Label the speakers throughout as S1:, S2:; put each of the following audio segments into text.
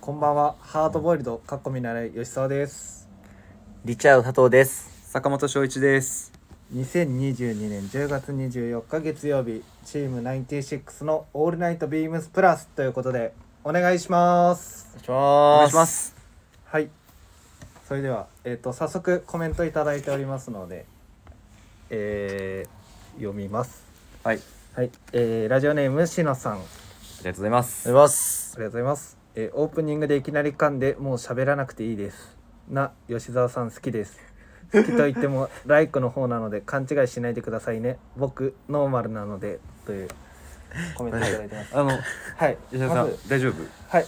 S1: こんばんはハードボイルドかっこ見習い吉沢です
S2: リチャード佐藤です。
S3: 坂本翔一です。
S1: 2022年10月24日月曜日チーム96のオールナイトビームスプラスということでお願いします
S2: お
S3: お
S2: 願
S3: 願
S2: い
S3: い
S2: し
S3: し
S2: ま。
S3: ますす。
S1: はいそれではえっ、と早速コメントいただいておりますのでえー、読みます
S3: はい。あり
S1: はい、えー、ラジオネームしのさん
S3: がとうございま
S2: お願
S3: す。
S2: いします
S1: あ。りがとうございます。えーオープニングでいきなり噛んでもう喋らなくていいです。な吉澤さん好きです。好きと言っても ライクの方なので勘違いしないでくださいね。僕ノーマルなのでというコメントいただいてます。
S3: あの
S1: はい、
S3: 吉田さ
S1: ま
S3: ん
S1: ず
S3: 大丈夫？
S1: はい、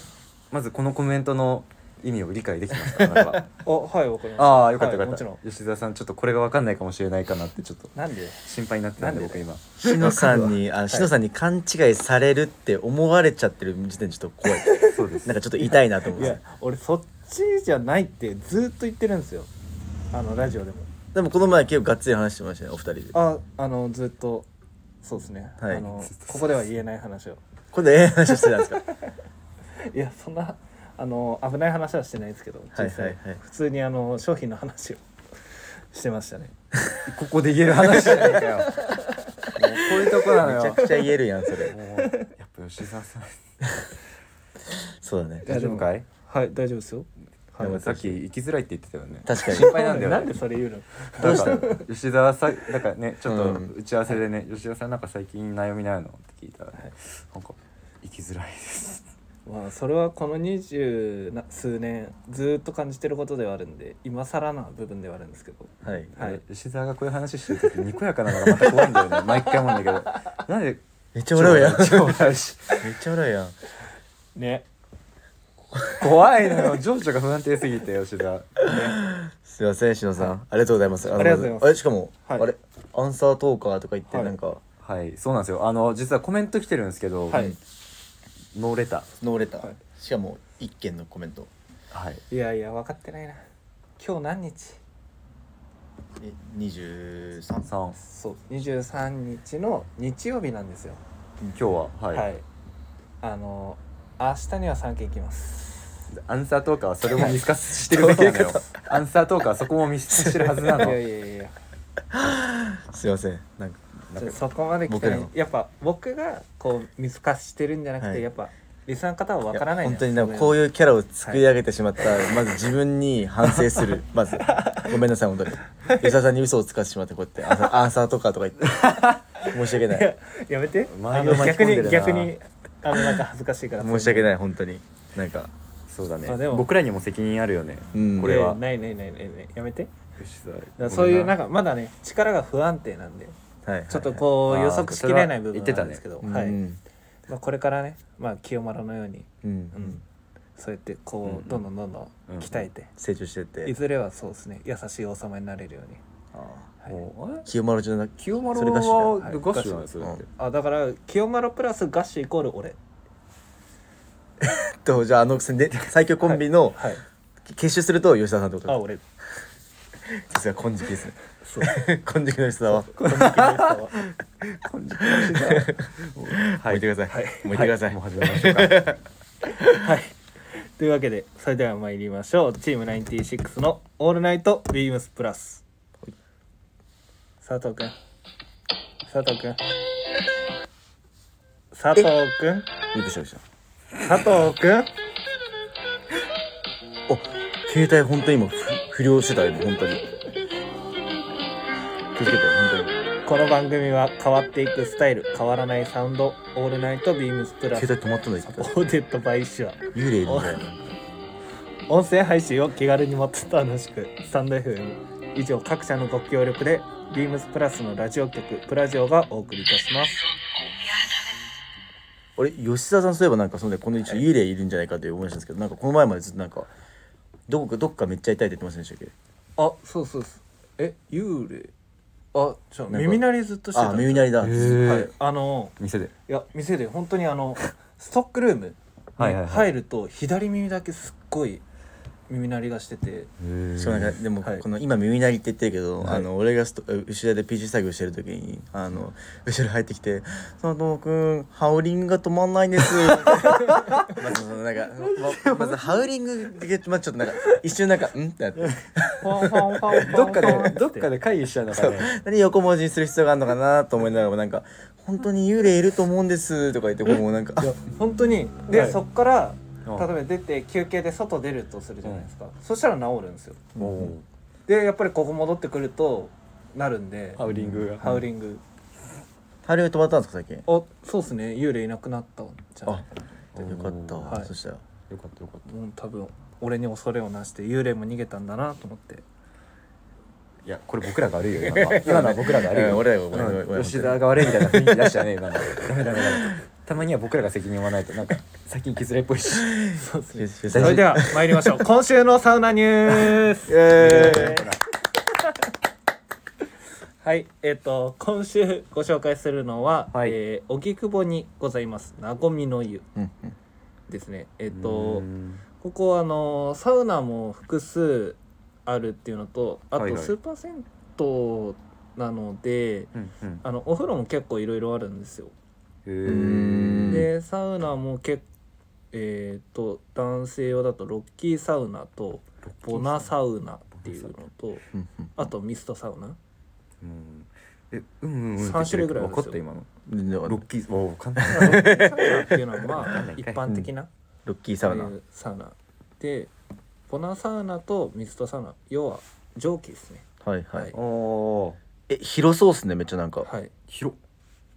S3: まずこのコメントの意味を理解できま した。あなたは
S1: おはいわかりました。
S3: ああよかったよ
S1: はい
S3: か
S1: もち
S3: った
S1: ろん。。
S3: 吉田さんちょっとこれがわかんないかもしれないかなってちょっと
S1: なんで？
S3: 心配になってたんで
S1: なんで
S3: 僕今。
S2: しのさんに、あ
S1: は
S2: の、
S1: い
S2: しのさんに勘違いされるって思われちゃってる時点でちょっ と怖い。
S3: そうです
S2: なん。かちょっと痛いなと思
S1: い
S2: っ
S1: や
S2: て。
S1: 俺そっちじゃないってずーっと言ってるんですよ。あのラジオでも。
S2: でもこの前結構がっつり話してましたね、お二人で。
S1: ああのずーっとそうですね。
S2: はい
S1: あのここでは言えない話を。
S2: これでええ話してたんで すか
S1: いやそんなあの危ない話はしてないですけど
S2: はい
S1: 実際、
S2: はいはい
S1: 普通にあの商品の話をしてましたね
S3: ここで言える話じゃないかよ。もうこういうとこなの
S2: めちゃ
S3: よ。
S2: くちゃ言えるやん、それ。
S3: もうやっぱ吉田さん
S2: そうだね。
S1: や
S3: 大丈夫かい？
S1: はい大丈夫ですよは
S3: で
S1: い
S3: もさっき行きづらいって言ってたよね。
S2: 確かに
S3: 心配なんだよね。
S1: なんでそれ言うの
S3: どうした吉田さんなんかねちょっ
S2: う
S3: と
S2: ん
S3: 打ち合わせでね、吉田さんなんか最近悩みないのって聞いたら、ねなんか生きづらいです
S1: まあそれはこの二十な数年ずーっと感じてることではあるんで今更な部分ではあるんですけど
S2: はい。
S1: はい
S3: 吉田がこういう話してる時にこやかなのがまた怖いんだよね毎回思うんだけどなんで
S2: めっちゃ笑うやん。めっ
S3: 超笑うし
S2: ちゃ笑うやん。
S1: ね
S3: 怖いのよ情緒が不安定すぎて吉田、ね、
S2: すいません、しのさん。ありがとうございます。あ
S1: ありがとうございます
S2: あれ、しかも、あ
S1: はい
S2: れ、アンサートーカーとか言って、
S1: はい
S2: なんか、
S3: はいそうなんですよあの実はコメント来てるんですけど、
S1: はい
S3: ノーレター
S2: ノーレター
S1: はい。
S2: しかも、一件のコメント。
S3: はい
S1: いやいや分かってないな今日何日
S2: え23
S3: 3
S1: そう23日の日曜日なんですよ
S3: 今日はは、
S1: はいい、あの明日には3件行きます
S3: アンサートーカーはそれも見透かしてるだけなのよアンサートーカーはそこも見透かしてるはずないの
S1: や いやいや
S2: すいませんなんか
S3: なんか
S1: そこまで来てない
S2: 僕らの
S1: やっぱ僕がこう見透かしてるんじゃなくて、
S2: はい
S1: やっぱリスナーの方は分からない
S2: や本当になんかこう
S1: う
S2: いうキャラを作り上げてしまった、まず自分に反省するまずごめんなさ い本当に吉田さんに嘘をつかせてしまってこうやってアンサーアンサーとかとか言って申し 訳ない
S1: やめて
S3: 周
S1: あ
S3: りを
S1: の
S3: 巻き
S1: 逆
S3: 込んでる
S1: に
S3: な
S1: 逆にあのなんか恥ずかしいから
S2: 申し訳
S1: い
S2: ない本当になんか
S3: そうだね
S1: まあでも
S3: 僕らにも責任あるよね、
S2: うん
S3: これは
S1: ないないないないないやめてだから
S3: 吉
S1: そういうなん
S3: か
S1: かまだね力が不安定なんで
S2: はい
S1: ちょっとこう
S3: はい
S1: 予測しきれない部分
S3: あーそれは言ってた
S1: な
S3: ね
S1: んですけど、
S2: うん
S1: はい
S2: うん
S1: まあ、これからね、まあ、清丸のように、
S2: うん
S1: うん、そうやって
S3: うん
S1: こ
S3: うん
S1: うどんどんどんど
S3: うん
S1: ん
S3: うん
S1: 鍛えて、
S2: 成長してっ
S1: い
S2: て
S1: ずれはそうですね優しい王様になれるようにはい
S2: 清丸じゃなく
S3: 清丸
S2: それガッシュ
S3: は
S2: じ
S1: ゃん
S3: ガッシュなんです
S2: はい
S3: よ
S1: あだから清丸プラスガッシュイコール俺
S2: ゃんとじゃああので最強コンビの
S1: はい
S2: 結集すると吉田さんってこと
S1: あ
S2: で
S1: 俺
S2: すさすが金色ですね
S1: そう
S2: 金色の吉田は
S1: この時の人 は
S2: 置いてください置いてください
S3: もう始めましょうか
S1: はいというわけでそれでは参りましょうチーム96の「オールナイトビームスプラス」佐藤くん佐藤くん佐藤くん
S2: びっくりしたびっくりした
S1: 佐藤くん
S2: あ携帯本当に今不良してたよ本当に気をつけて本当に
S1: この番組は変わっていくスタイル変わらないサウンド「オールナイトビームスプラス
S2: 携」帯止まったんだ一
S1: オ
S2: 回
S1: ーデットバイシュア
S2: 幽霊みたいな
S1: 音声配信を気軽にもっと楽しくスタンド FM 以上各社のご協力でビームスプラスのラジオ局プラジオがお送りいたします
S2: あれ吉田さんそういえばなんかそのねこの一幽霊いるんじゃないかって思いましたんですけどなんかこの前までずっとなんかどこかどっかめっちゃ痛いって言ってませんでしたっけ
S1: あそうそうですえ幽霊あじゃ
S2: なんか
S1: 耳鳴りずっとしてた
S2: あ耳鳴り
S3: へ
S2: だ
S3: ー
S1: はいあの
S3: 店で
S1: いや店で本当にあのストックルームに
S3: はいはいはい
S1: 入ると左耳だけすっごい耳鳴りがしてて
S2: しかもなんかでも
S1: はい
S2: この今耳鳴りって言ってるけど、
S1: はい
S2: あの俺がスト後ろで PC 作業してる時にあの後ろ入ってきて「佐藤君ハウリングが止まんない んです」まずそのなんかままずハウリングって、まあ、ちょっとなんか一瞬なんか「ん?」ってなって
S3: どっかでどっかで会議しちゃうのかね
S2: 何横文字にする必要があるのかなと思いながらもなんか「本当に幽霊いると思うんです」とか言ってもうなんか
S1: いや本当にで、
S3: はい
S1: そっから
S3: う
S1: 例
S3: ん
S1: えば出て休憩で外出るとするじゃないですか、そしたら治るんですよ
S3: もう
S1: でやっぱりここ戻ってくるとなるんで
S3: ハウリングが
S1: ハウリング
S2: ハウリング止まったんですか最近
S1: あそうっすね幽霊いなくなったんじゃあ
S2: あよかった、
S1: はい
S2: そしたら
S3: よかったよかった
S1: もう多分俺に恐れをなして幽霊も逃げたんだなと思って
S3: いやこれ僕らが悪いよ今のは 今のは僕らが悪い
S2: うん
S3: よ
S2: 俺らが悪い俺らが
S3: う
S2: 悪
S3: ん
S2: い
S3: 吉田が悪いみたいな雰囲気出したね今のは ダメダメダメたまには僕らが責任を負わないとなんか最近生きづらいっぽい し
S1: そうですね
S2: そ
S1: それでは参りましょ う今週のサウナニュース はい、えっ、と今週ご紹介するのは、
S3: はい
S1: えー荻窪にございますなごみの湯
S2: うんうん
S1: ですね。え
S3: え
S1: っ、とここはあのサウナも複数あるっていうのと、あ
S3: はい
S1: と
S3: はい
S1: スーパー銭湯なので、
S3: うんうん
S1: あのお風呂も結構いろいろあるんですよ。
S3: へ
S2: う
S3: ー
S2: ん
S1: でサウナも結えっ、と男性用だとロッキーサウナとボナサウナっていうのと、
S2: うんうん
S1: あとミストサウナ。
S3: うんえうんうんうん
S1: 三種類ぐらいあるんで
S3: 分
S1: す
S3: か
S1: よ
S3: った今の
S2: 全然わ
S3: ロ
S2: かんない
S3: ッキーおお簡単
S1: サウナっていうのはまあ一般的な。
S2: ロッキーサウナ
S1: そういうサウナでボナサウナとミストサウナ要は蒸気ですね
S2: はいは
S1: はいい
S3: お お
S2: え広そうっすねめっちゃなんか
S1: はい、
S3: 広っ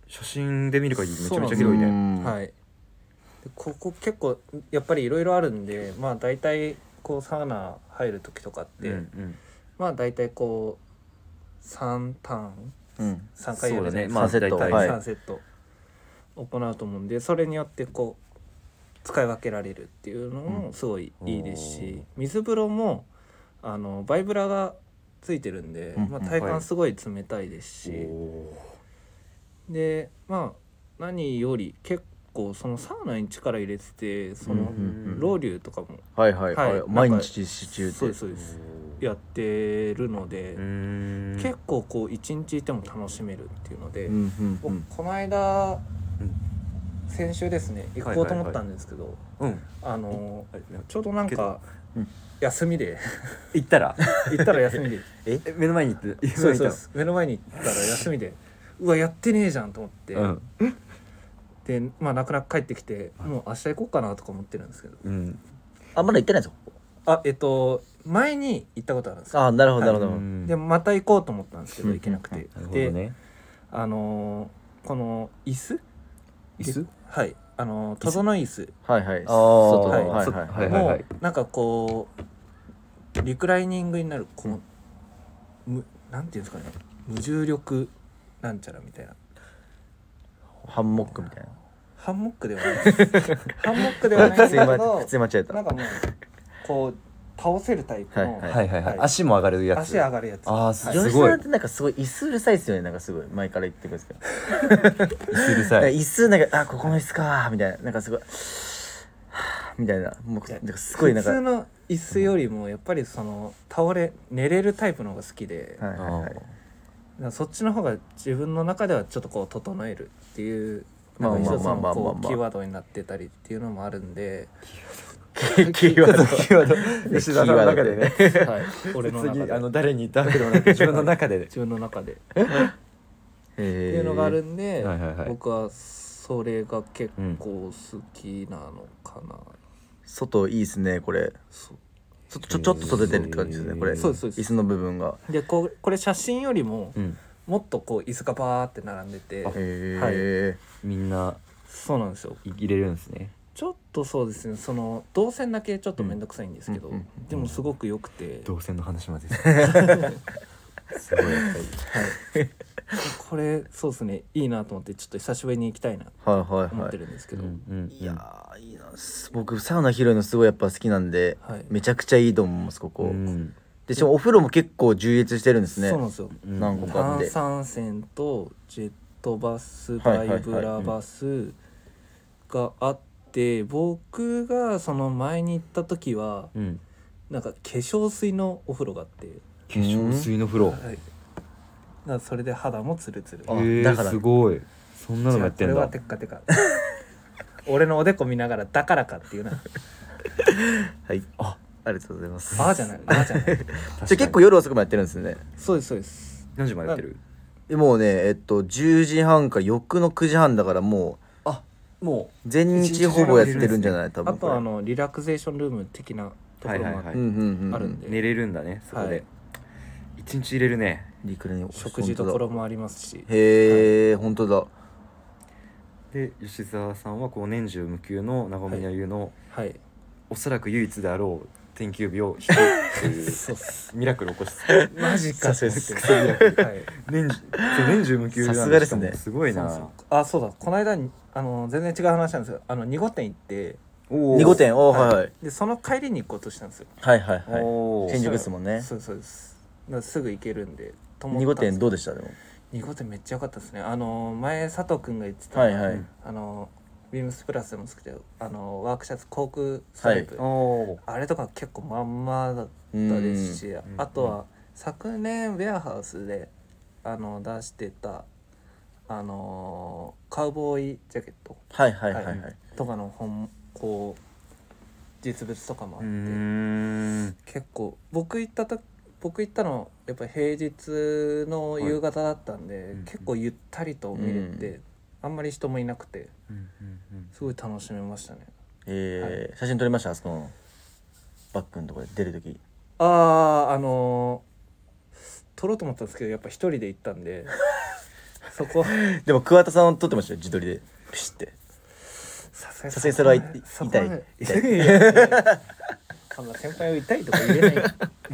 S3: 写真で見る限りめちゃめちゃ
S1: そう
S3: 広いね
S2: ね
S1: はいでここ結構やっぱりいろいろあるんでまあ大体こうサウナ入る時とかって、
S3: うんうん
S1: まあ大体こう3ターン
S2: うん
S1: 3回やるじゃないです
S3: まあ
S1: か
S3: 世
S2: セッ
S3: 代
S2: ト
S1: 大
S3: 対
S2: は
S1: 体
S2: い
S1: 3セット行うと思うんでそれによってこう使い分けられるっていうのもすごいいいですし、
S3: おー
S1: 水風呂もあのバイブラがついてるんで、
S2: うん
S1: まあ、
S2: うん
S1: 体
S3: は
S1: 感
S3: い
S1: すごい冷たいですし、でまあ何より結構そのサウナに力入れててそ
S2: うん
S1: の
S2: うんうん
S1: ロウリュとかも
S2: はいはい
S1: はい
S2: はい
S1: なんか
S2: 毎日支柱で
S1: そうですそうですやってるので、
S3: 結
S1: 結構こう一日いても楽しめるっていうので、
S2: うんうんう
S1: 僕
S2: ん
S1: この間、
S3: うん
S1: 先週ですね行
S3: はいはいは
S1: こ
S3: い
S1: うと思ったんですけど、
S3: うん
S1: あのー
S3: はい
S1: ちょうどなん
S3: けど
S1: か
S2: うん
S1: 休みで
S3: 行ったら
S1: 行ったら休みで
S3: え目の前に行って
S1: そうですそうです目の前に行ったら休みでうわやってねえじゃんと思って、
S3: 目の前に行っ
S1: でまあ泣く泣く帰ってきて
S3: はい
S1: もう明日行こうかなとか思ってるんですけど
S3: たうんうん
S2: あまだ行ってないぞ
S1: あえっと前に行ったことあるんですよ
S2: あなるほどなるほど
S3: うん
S1: でまた行こうと思ったんですけど
S2: うん
S1: 行けなくて、
S3: なるほど
S1: で、
S3: ね
S1: あのーこの椅子
S3: 椅子
S1: はいあのートドの椅子
S2: はいは
S3: あ
S2: い
S3: ー
S2: 外
S1: はい
S2: はい
S3: そ
S2: はい
S3: はいは
S1: も
S3: いう
S1: なんかこうリクライニングになるこの、むなんていうんですかね無重力なんちゃらみたいな
S2: ハンモックみたい
S1: ハンモックでは ないですハンモックでは
S2: な
S1: ないん
S2: 普通に
S1: だけ
S2: 間
S1: ど
S2: 普通に間違え
S1: なん
S2: た
S1: かもうこう倒せるタイプの、
S2: はい
S3: はいはいは
S1: はいい
S3: 足も上がるやつ
S1: 足上がるやつ
S3: ああす
S2: 吉
S3: す
S2: 田
S3: ごい
S2: さんってなんかすごい椅子うるさいっすよねなんかすごい前から言ってくるんですけど
S3: 椅子うる
S2: なん
S3: さ
S2: か
S3: い
S2: 椅子なんかあここの椅子かみたいななんかすごいはぁみたいなもうなんかすごいなんか
S1: 普通の椅子よりもやっぱりその倒れ寝れるタイプの方が好きで、
S2: はいはいはい
S1: なんかそっちの方が自分の中ではちょっとこう整えるっていう
S2: ま
S1: な
S2: あ
S1: んか一つ
S2: まあまあまあ
S1: の
S2: まあ
S1: こうキーワードになってたりっていうのもあるん で、
S2: キーワ ード
S3: キーワード吉田さんの中で ね
S1: はい、俺の中
S3: 次
S1: で
S3: あの誰に言ったわけでもなく自分の中でね
S1: 自分の中でっ
S2: っ
S1: て
S2: てい
S1: いうのがあるんで、
S3: はいはいはい
S1: 僕はそれが結構好きなのかな、
S2: 外いいっすねこれ
S1: そ
S2: ちょっとちょちょっと外出てるって感じですねこれ
S1: そうですそうです
S2: 椅子の部分が
S1: うでこうこれ写真よりも
S3: うん
S1: もっとこう椅子がバーって並んでて
S2: へえ
S3: みんな
S1: そうなんですよ
S3: 入れるんですね
S1: ちょっとそうですねその動線だけちょっと面倒くさいんですけど、
S2: うんうん
S1: でもすごく良くて、
S3: 動線の話 まですごいやっぱり
S1: これそうですねいいなと思ってちょっと久しぶりに行きたいなと
S2: はいはい
S1: 思っ
S2: は
S1: てるんですけど、
S2: いいやーいいなす僕サウナ広いのすごいやっぱ好きなんで
S1: はい
S2: めちゃくちゃいいと思いますこ
S3: う
S2: こ
S3: ん
S2: でしかもお風呂も結構充実してるんですね
S1: そうなんですよ
S3: うん
S2: 何個かあっ
S1: 炭
S2: て
S1: 酸泉とジェットバス
S2: はい
S1: バ
S2: はいはい
S1: イブラバスがあって僕がその前に行った時は
S3: うん
S1: なんか化粧水のお風呂があって
S3: 化粧水の風呂
S1: はいだからそれで肌もツルツル
S2: あ
S3: へえ
S2: だから
S3: すごいそんなのも
S1: 違
S3: や
S1: う
S3: っ
S1: こ
S3: て
S1: れ
S3: ん
S1: は
S3: だ
S1: テッカテカ 俺のおでこ見ながらだからかっていう な
S2: はいあありがとうございます
S1: ああじゃないああじゃない
S2: じゃあ結構夜遅くもやってるんですね
S1: そうですそうです
S3: 何時までやってる
S2: もうねえっと10時半か翌の9時半だからも
S3: あも
S2: う全日ほぼやってるんじゃない多
S1: あ
S2: 分ことれ
S1: はあのリラクゼーションルーム的なところもあって、
S3: はいはいは
S2: う
S3: い
S2: んうんうん
S1: あるんで
S3: 寝れるんだねそこ
S1: は
S3: で
S1: い
S3: 一日入れるね
S2: リクレに
S1: 食事
S2: 本当
S1: 処
S2: だ
S1: もありますし
S2: へえ本当だ
S3: で吉沢さんはこう年中無休の長宮優の、
S1: はい
S3: おそらく唯一であろう天球日を引くっていう
S1: そうっす
S3: ミラクルを起こ して
S1: マジか
S2: さ
S1: と
S2: す
S1: 思ってはい
S3: 年中そう年中無休なん
S2: さすがですね
S3: しかもすごいな
S1: そうそうあそうだこの間にあの全然違う話なんですよあの2号店行って
S3: おー
S2: 二号店おーはいはい
S1: でその帰りに行こうとしたんですよ
S2: はいはいはい
S3: おー
S2: 新宿ですもんね
S1: そうそうですだからすぐ行けるんでと
S2: 二
S1: っ
S2: 号
S1: たんです
S2: 店どうでしたでも
S1: 2号店めっちゃ良かったですねあの前佐藤君が言ってた、
S2: はいはい
S1: あのビームスプラスでも作ってるあのワークシャツ航空ストライプ、
S3: おー
S1: あれとか結構まんまだったですし
S3: ん
S1: あとは昨年ウェアハウスであの出してたあのカウボーイジャケット
S2: はいはいはいは
S1: はいとかの本こう実物とかもあっ
S3: う
S1: て、
S3: ーん
S1: 結構僕行った時僕行ったのやっぱ平日の夕方だったんで、
S3: うんうん
S1: 結構ゆったりと見れて、
S2: う
S1: あんまり人もいなくて
S3: うんうんうん
S1: すごい楽しめましたね
S2: えー写真撮りましたあそこのバッグのとこで出る時
S1: あああのー撮ろうと思ったんですけどやっぱ一人で行ったんでそこ
S2: でも桑田さん撮ってましたよ自撮りでピシって
S1: さすが
S2: さすがにそれはい
S1: そこ
S2: 痛い痛 い
S1: いやいやいやそんな先輩を痛いとか言えない、はい、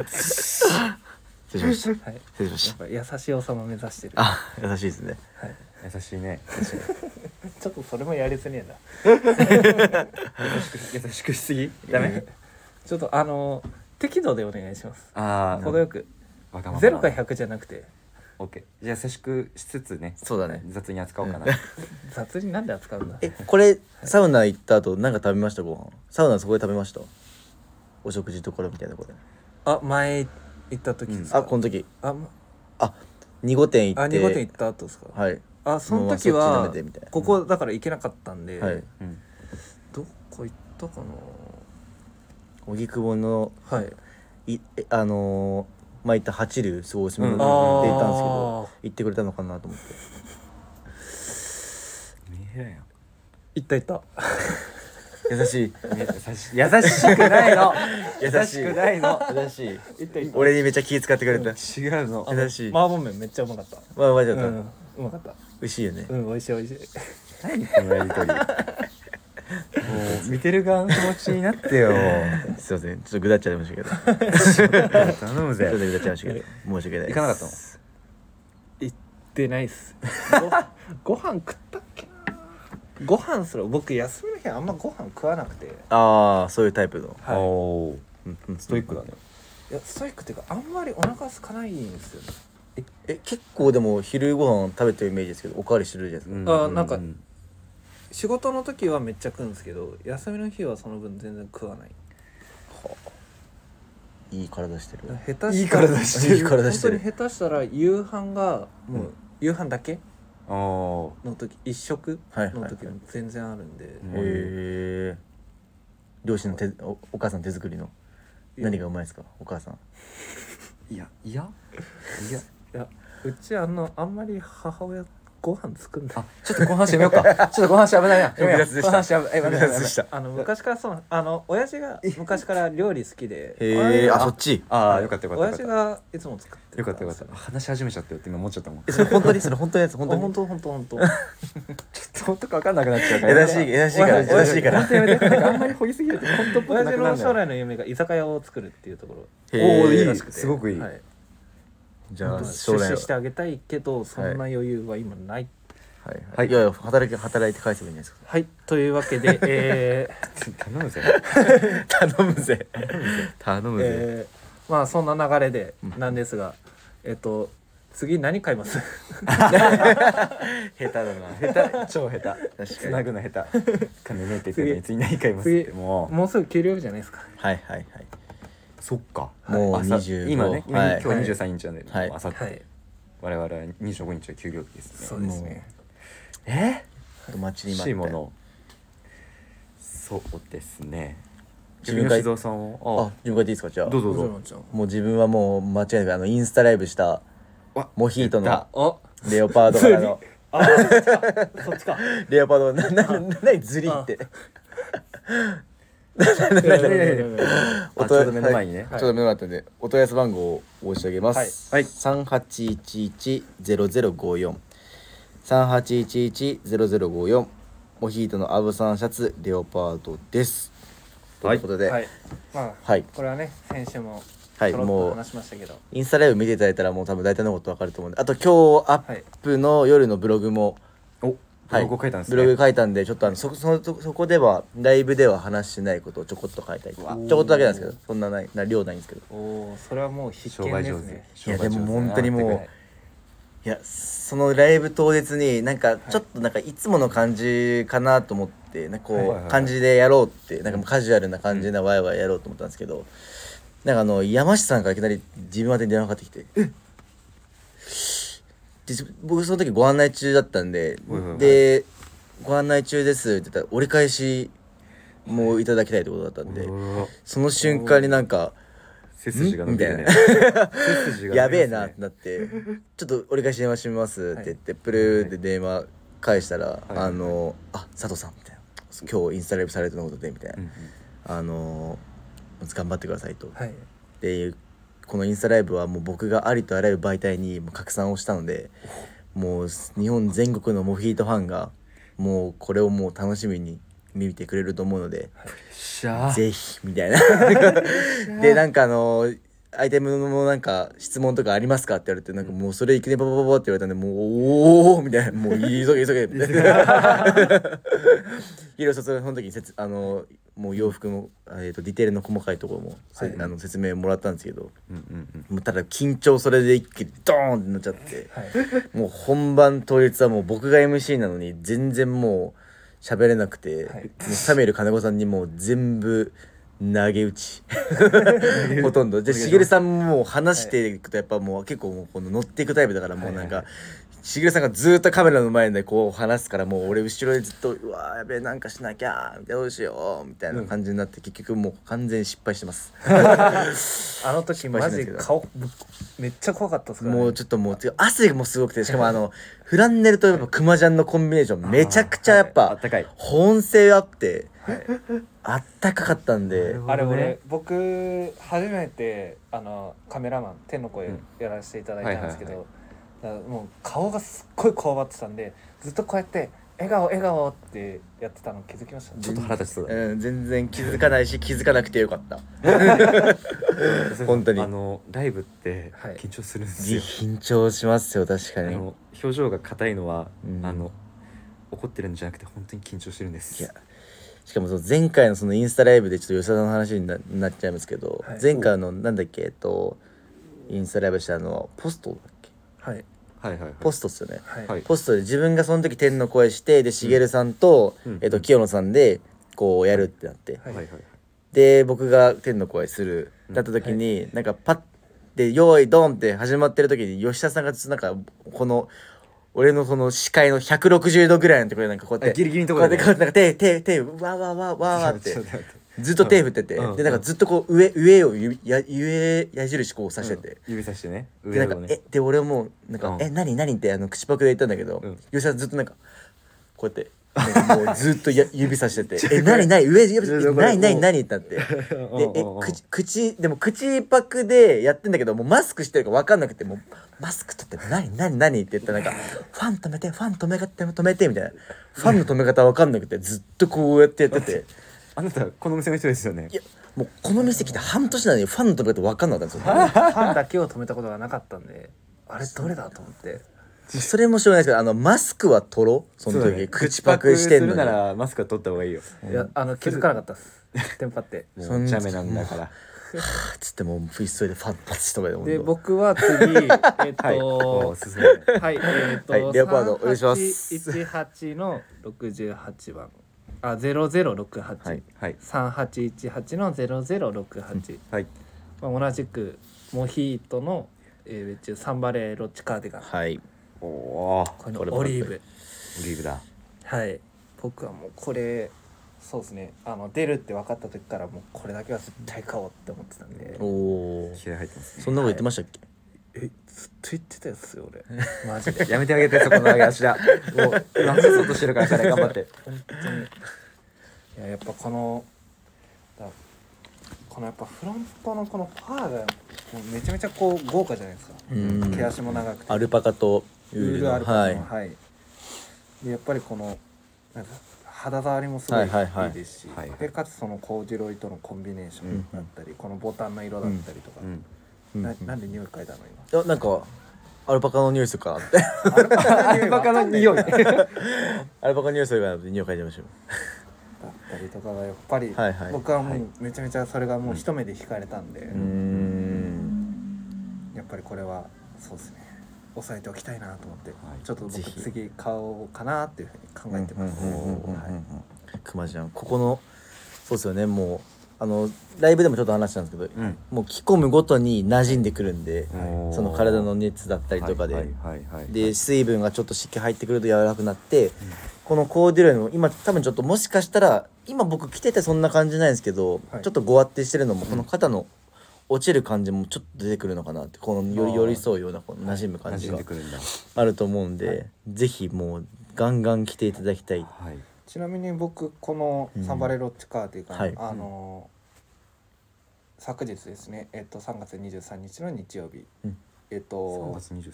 S2: 失礼しました失礼しま
S1: やっ
S2: し
S1: ぱ優しい王様目指してる
S2: たあ優しいですね
S1: はい、
S3: 優しいね
S1: ちょっとそれもやりすぎやな
S3: 優しくしすぎダメ
S1: ちょっとあのー適度でお願いします
S3: ああ
S1: 程よく
S3: わがまま
S1: ゼロか100じゃなくて
S3: オッケーじゃあ優しくしつつね
S2: そうだね
S3: 雑に扱おうかな、
S1: 雑になんで扱うんだ
S2: えこれサウナ行った後なんか食べましたご飯サウナそこで食べましたお食事ところみたいなところで
S1: あ前行った時ですか、
S2: あこの時
S1: あま
S2: あ二号店行
S1: あ
S2: って
S1: 2号店行った後ですか、
S2: はい
S1: あその時
S2: もうまあ
S1: は
S2: そっち舐めてみたいな
S1: ここだから行けなかったんで、
S2: はい
S3: うん、
S1: どこ行ったかな
S2: 荻窪の
S1: はい
S2: いえあのー、前行った八流すごいおすすめの
S3: うん
S2: で行ったんですけ
S1: あー
S2: ど行ってくれたのかなと思って
S3: 見えないよ
S1: 行った行った
S2: 優しい
S3: ね優し優しくないの
S2: 優
S3: 優
S2: しい
S3: しくないの
S2: 優しい
S1: 行った行った
S2: 俺にめっちゃ気使ってくれた
S3: 違うの
S1: あの
S2: 優しい
S1: 麻婆麺めっちゃうまかった
S2: まあまあちょ
S1: う
S2: っと
S1: んうまかった
S2: 美味しいよね
S1: うん美味しい美味しい
S3: 何このやりとりもう見てる側の気持ちになって よ
S2: すいませんちょっとぐだっちゃいましたけどち
S3: 頼む
S2: ょっと
S3: ぜ
S2: ぐだっちゃいましたけど申し訳ないです
S3: 行かなかったの
S1: 行ってないっ すごご飯食ったっけなご飯すら僕休みの日あんまご飯食わなくてい
S2: ああそういうタイプの、
S1: はい
S3: おー
S2: うんうん
S3: ストイックだね
S1: やストイックっていうかあんまりお腹空かないんですよね
S2: え結構でも昼ご飯食べてるイメージですけどおかわりしてるじゃないですか、
S1: あなんか仕事の時はめっちゃ食うんですけど休みの日はその分全然食わない
S2: いい体してる
S1: 下手し
S3: いい 体してる
S2: いい体してる
S1: 本当に下手したら夕飯がもう夕飯だけ
S3: あー
S1: の時一食
S2: はいはい
S1: の時も全然あるんで、
S3: うん
S2: へえ両親の手おお母さん手作りの何がうまいですかお母さん
S3: いやいやいや
S1: いやうちあのあんまり母親ご飯作んない
S3: あちょっとこの話やめようかちょっとこの話危ないなやめよう
S2: 複雑でし
S3: こ
S2: た
S3: の話危ない危ない危ない
S2: 複雑でした
S1: あの昔からそうなんあの親父が昔から料理好きで
S2: へえあ
S3: あ
S2: そっち
S3: ああよかったよか
S1: 親
S3: った
S1: 父
S3: よかっ
S1: がいつも作って
S3: たよかったよかった話し始めちゃったよって今思っちゃったもん
S2: えそれ本当にそれ本当のやつ本当
S1: 本
S2: に
S1: 当本当本当
S3: ちょっと本当か分かんなくなっちゃうから
S2: 優しい優しいから優しいから
S3: 本当やめてなんかあんまり掘りすぎると本 当っぽく
S1: 親
S3: な
S1: 父
S3: くな
S1: の
S3: る
S1: 将
S3: のよ
S1: 来の夢が居酒屋を作るっていうところ
S2: へ
S3: おーいい
S2: ら
S1: ら
S2: し
S1: しくて
S3: すごくいい
S1: はい
S2: じゃあ将
S1: 出
S2: 来は
S1: 資してあげたいけどそんな余裕は今ない
S2: はいはい、
S3: はい
S2: い、やいや働き働いて返せばいいんじゃない
S1: はい、というわけ でえ
S3: 頼むぜ
S2: ですか頼むぜ頼
S1: ー
S2: むぜ、
S1: えーまあそんな流れでなんですが、えっと次何買います
S2: 下手だな
S3: 下手超下手
S2: 確か
S3: つ
S2: に
S3: な
S2: はい
S3: ぐの下手金ねえって言った
S1: 次
S3: のに次何回もすっ
S1: 次
S3: てもう
S1: もうすぐ給料日じゃないですか
S2: はいはい
S3: そっか
S2: もう
S3: あさ
S2: 25
S3: 今ね今,、
S2: はい
S3: 今日23日なんで、
S2: はい
S3: 明後日、
S1: はい
S3: 我々は25日は休業日ですね
S1: そうですね
S3: え
S2: 待ち
S3: 欲
S2: に
S3: し
S2: 待
S3: い
S2: っ
S3: も
S2: て
S3: のそうですね
S2: 自分
S3: 吉
S2: が
S3: 沢さん
S2: あ
S3: を
S2: 自分からでいいですかじゃあ
S3: あどうぞどうぞ
S1: もちろん
S2: もう自分はもう間違いなくあのインスタライブした
S3: わ
S2: モヒートの
S3: だあ
S2: レオパードからの
S1: あそっちかそっち か
S2: レオパードなななななにずりって
S3: あちょうど目の前にね、
S2: ちょっと目の前だったんで、お問い合わせ番号を申し上げます。
S3: はいはい
S2: 三八一一ゼロゼロ五四。三八一一ゼロゼロ五四。モヒートのアブさんシャツレオパードです。
S3: はい
S2: ということで、は、
S1: はいいまあ
S2: はい
S1: これはね先週も
S2: はい
S1: ちょろっ
S2: も
S1: と
S2: う
S1: 話しましたけど
S2: インスタライブ見ていただいたらもう多分大体のことわかると思うんで、あと今日アップの夜のブログも、
S3: おブログを書いたんですね、
S2: ブログ書いたんでちょっとあのそそそそこではライブでは話してないことをちょこっと書いたりとかちょこっとだけなんですけどそんなないな量ないんですけど
S1: おおそれはもう必
S3: 商
S1: 見
S3: 売
S1: で
S3: 上
S1: す
S3: 手
S1: ね
S2: いやでも
S3: 商売上手
S2: 本当にもう、
S3: はい
S2: いやそのライブ当日になんかちょっとなんかいつもの感じかなと思ってなんかこ
S3: はいはいは
S2: う
S3: い
S2: 感じでやろうってなんかもうカジュアルな感じでワイワイやろうと思ったんですけどなんかあの山下さんからいきなり自分宛てに電話かかってきて「えっで僕その時ご案内中だったんで
S3: はいはいはい
S2: で「ご案内中です」って言ったら折り返しもいただきたいってことだったんで
S3: うわ
S2: その瞬間になんか
S3: 背筋が伸びてね
S2: んみ
S3: 背筋が伸びますね
S2: やべえなって なって「ちょっと折り返し電話します」って言って、プルーで電話返したら「
S3: い
S2: あのあ佐藤さん」みたいな「今日インスタライブされるとのことで」みたいな「
S3: うんうん
S2: あの頑張ってくださいと」
S1: はい
S2: っていうこのインスタライブはもう僕がありとあらゆる媒体にもう拡散をしたのでもう日本全国のモヒートファンがもうこれをもう楽しみに見てくれると思うので。
S3: しゃあ
S2: ぜひみたいなでなんかあのアイテムのなんか質問とかありますかって言われてなんかもうそれいきなりババババって言われたんでもうおおみたいなもう急げ急げみたいないろいろその時にせつあのもう洋服も、えー、とディテールの細かいところも、せあの説明もらったんですけど
S3: うんうん
S2: もうただ緊張それで一気にドーンってなっちゃって
S1: はい
S2: もう本番当日はもう僕が MC なのに全然もう喋れなくて、
S1: はい
S2: もうサミュエル金子さんにもう全部投げ打ちほとんどでしげるさんももう話していくとやっぱもう結構もうこの乗っていくタイプだからもうなんか。しげるさんがずーっとカメラの前でこう話すからもう俺後ろでずっと「うわーやべえなんかしなきゃーどうしよう」みたいな感じになって結局もう完全に失敗してます。
S1: あの時
S2: 敗し
S1: マ
S2: てない
S1: ジ
S2: けど
S1: 顔ぶっめっちゃ怖かったですからね
S2: もうちょっともうてか汗がもうすごくてしかもあ のフランネルとやっぱクマジャンのコンビネーションめちゃくちゃやっ
S3: あ
S2: ぱ
S3: ったかい
S2: 保温性あってあったかかったんで
S3: ほど
S1: あれ
S3: ね
S1: 俺僕初めてあのカメラマン天の声やらせていただいたんですけ
S3: うんは
S1: どだからもう顔がすっごいこわばってたんでずっとこうやって「笑顔笑顔」ってやってたの気づきました
S3: うんちょっと腹立ちそうだね
S2: うん全然気づかないし気づかなくてよかった本当に
S3: あのライブって
S1: はい
S3: 緊張するんですよ、
S2: 緊張しますよ確か
S3: あ
S2: に
S3: の表情が硬いのは、
S2: うん
S3: あの怒ってるんじゃなくて本当に緊張してるんです
S2: いやしかもその前回のそのインスタライブでちょっと吉田さんの話にななっちゃいますけど、
S1: はい
S2: 前回のなんだっけえっとインスタライブしたのはポストだっけ
S1: はい
S3: はいはいはい
S2: ポストっすよね
S1: はい、
S3: はい
S2: ポストで自分がその時天の声してでしげるさんと、
S3: うん
S2: えっと清野さんでこうやるってなって、
S1: はい
S3: はいはい
S2: で僕が天の声するなった時に、なんかパッて「用意ドン!」って始まってる時に吉田さんがなんかこの俺のこの視界の160度ぐらいのところでなんかこうやっ
S3: あ
S2: て
S3: ギリギリのところ
S2: で
S3: で
S2: こうやってなんか手手手わわわわわっ
S3: ち
S2: て
S3: ょっと待って
S2: ずっと手振ってて、
S3: うん
S2: でなんかずっとこう上上をゆや上矢印こうさしてて。
S3: 指さしてね
S2: で
S3: 上
S2: なんか
S3: を、ね
S2: えで俺もなんか「
S3: うん
S2: え何何?」ってあの口パクで言ったんだけど、
S3: うん
S2: 吉田さんずっとなんかこうやって。なんかもうずっ とや指さしてて「え何何上指
S3: ちょ
S2: え
S3: っとこれ
S2: 何何何?」ってなってで
S3: うん
S2: え
S3: うんうん
S2: 口口でも口パクでやってんだけどもうマスクしてるか分かんなくてもうマスク取って「何何何?」って言ったらなんか「ファン止めてファン止めが止めて」みたいなファンの止め方分かんなくてずっとこうやってやってて。
S3: あなたこの店の人ですよね
S2: いやもうこの店来て半年なのにファンの止め方分かんなかったんですよ
S1: ファンだけを止めたことがなかったんであれどれだと思って
S2: それもしょうがないですけどあのマスクは取ろうその
S3: そう
S2: 時、
S3: だね
S2: 口パクしてんの
S3: 口パクするな
S2: に
S3: らマスクは取った方がいいよ
S1: いやあの気づかなかったっすテンパって
S3: もうお茶目なんだから
S2: パッつってもう急いでファンパチとかでほんと
S1: で僕は 次えっと、
S3: はいおすすめは
S1: はい、えー、と、
S2: はいレオパードお願いします
S1: 3818の68番。あ、0068。
S2: はい
S3: い
S1: 3818の0068。
S3: はい
S1: まあ、同じくモヒートの、えー、別注サンバレーロッチカーディガン
S2: はい
S3: おおー
S1: こ
S2: これ
S1: の
S2: も
S1: オリーブ
S3: オリーブだ
S1: はい僕はもうこれそうですねあの出るって分かった時からもうこれだけは絶対買おうって思ってたんで
S2: おお
S3: 気合入ってますね
S2: そんなこと言ってましたっけ、
S1: えずっと言ってたやつ よ俺マジで
S3: やめてあげてそこの上げ足だもう今外そうとしてるから彼頑張って
S1: 本当にいややっぱこのだこのやっぱフロントのこのファーがもうめちゃめちゃこう豪華じゃないですか
S2: うん
S1: 毛足も長くて
S2: アルパカとウ
S1: ウ
S2: ー
S1: ー
S2: ル
S1: ル
S2: の
S1: アルパ
S2: は
S1: カ
S2: い
S1: の はい、でやっぱりこのなんか肌触りもすごいい
S2: はいはいはい
S1: いですし、
S3: はいはい
S1: でかつそのコーデュロイとのコンビネーションだったり、このボタンの色だったりとか、
S3: うん
S2: うん
S1: ななんで匂い嗅いだの
S2: あなんかアルパカの匂いするかなって
S1: 今アルパカの 匂いだった
S2: アルパカの匂いするかなって匂い嗅いでましたよ
S1: りとかがやっぱり、
S2: はいはい
S1: 僕はもうめちゃめちゃそれがもう一目で惹かれたんで、
S2: うーん
S1: やっぱりこれはそうですね抑えておきたいなと思って、
S3: はい
S1: ちょっと僕
S2: ぜひ
S1: 次買おうかなっていうふうに考えてます、
S2: うんうんうんうん
S1: はい
S2: くまちゃんここのそうですよねもうあのライブでもちょっと話したんですけど、
S3: うん
S2: もう着込むごとに馴染んでくるんで、
S3: はい
S2: その体の熱だったりとかで、
S3: はいはいはいはい
S2: で水分がちょっと湿気入ってくると柔らかくなって、このコーデュロイも今多分ちょっともしかしたら今僕着ててそんな感じないんですけど、
S1: はい
S2: ちょっとごわってしてるのもこの肩の落ちる感じもちょっと出てくるのかなってこのよ
S1: あ
S2: り
S1: ー
S2: 寄り添うようなこの馴染む感
S3: 馴
S2: じ
S3: 染んで
S2: が
S3: くるんだ
S2: あると思うんで、ぜひもうガンガン着ていただきたい。
S3: はい
S1: ちなみに僕この
S2: うん
S1: サンバレロッチカーディガン、
S2: はい
S1: あのー昨日ですねえっと3月23日の日曜日、
S2: うん
S1: えっ
S3: 3
S1: と
S3: 月23日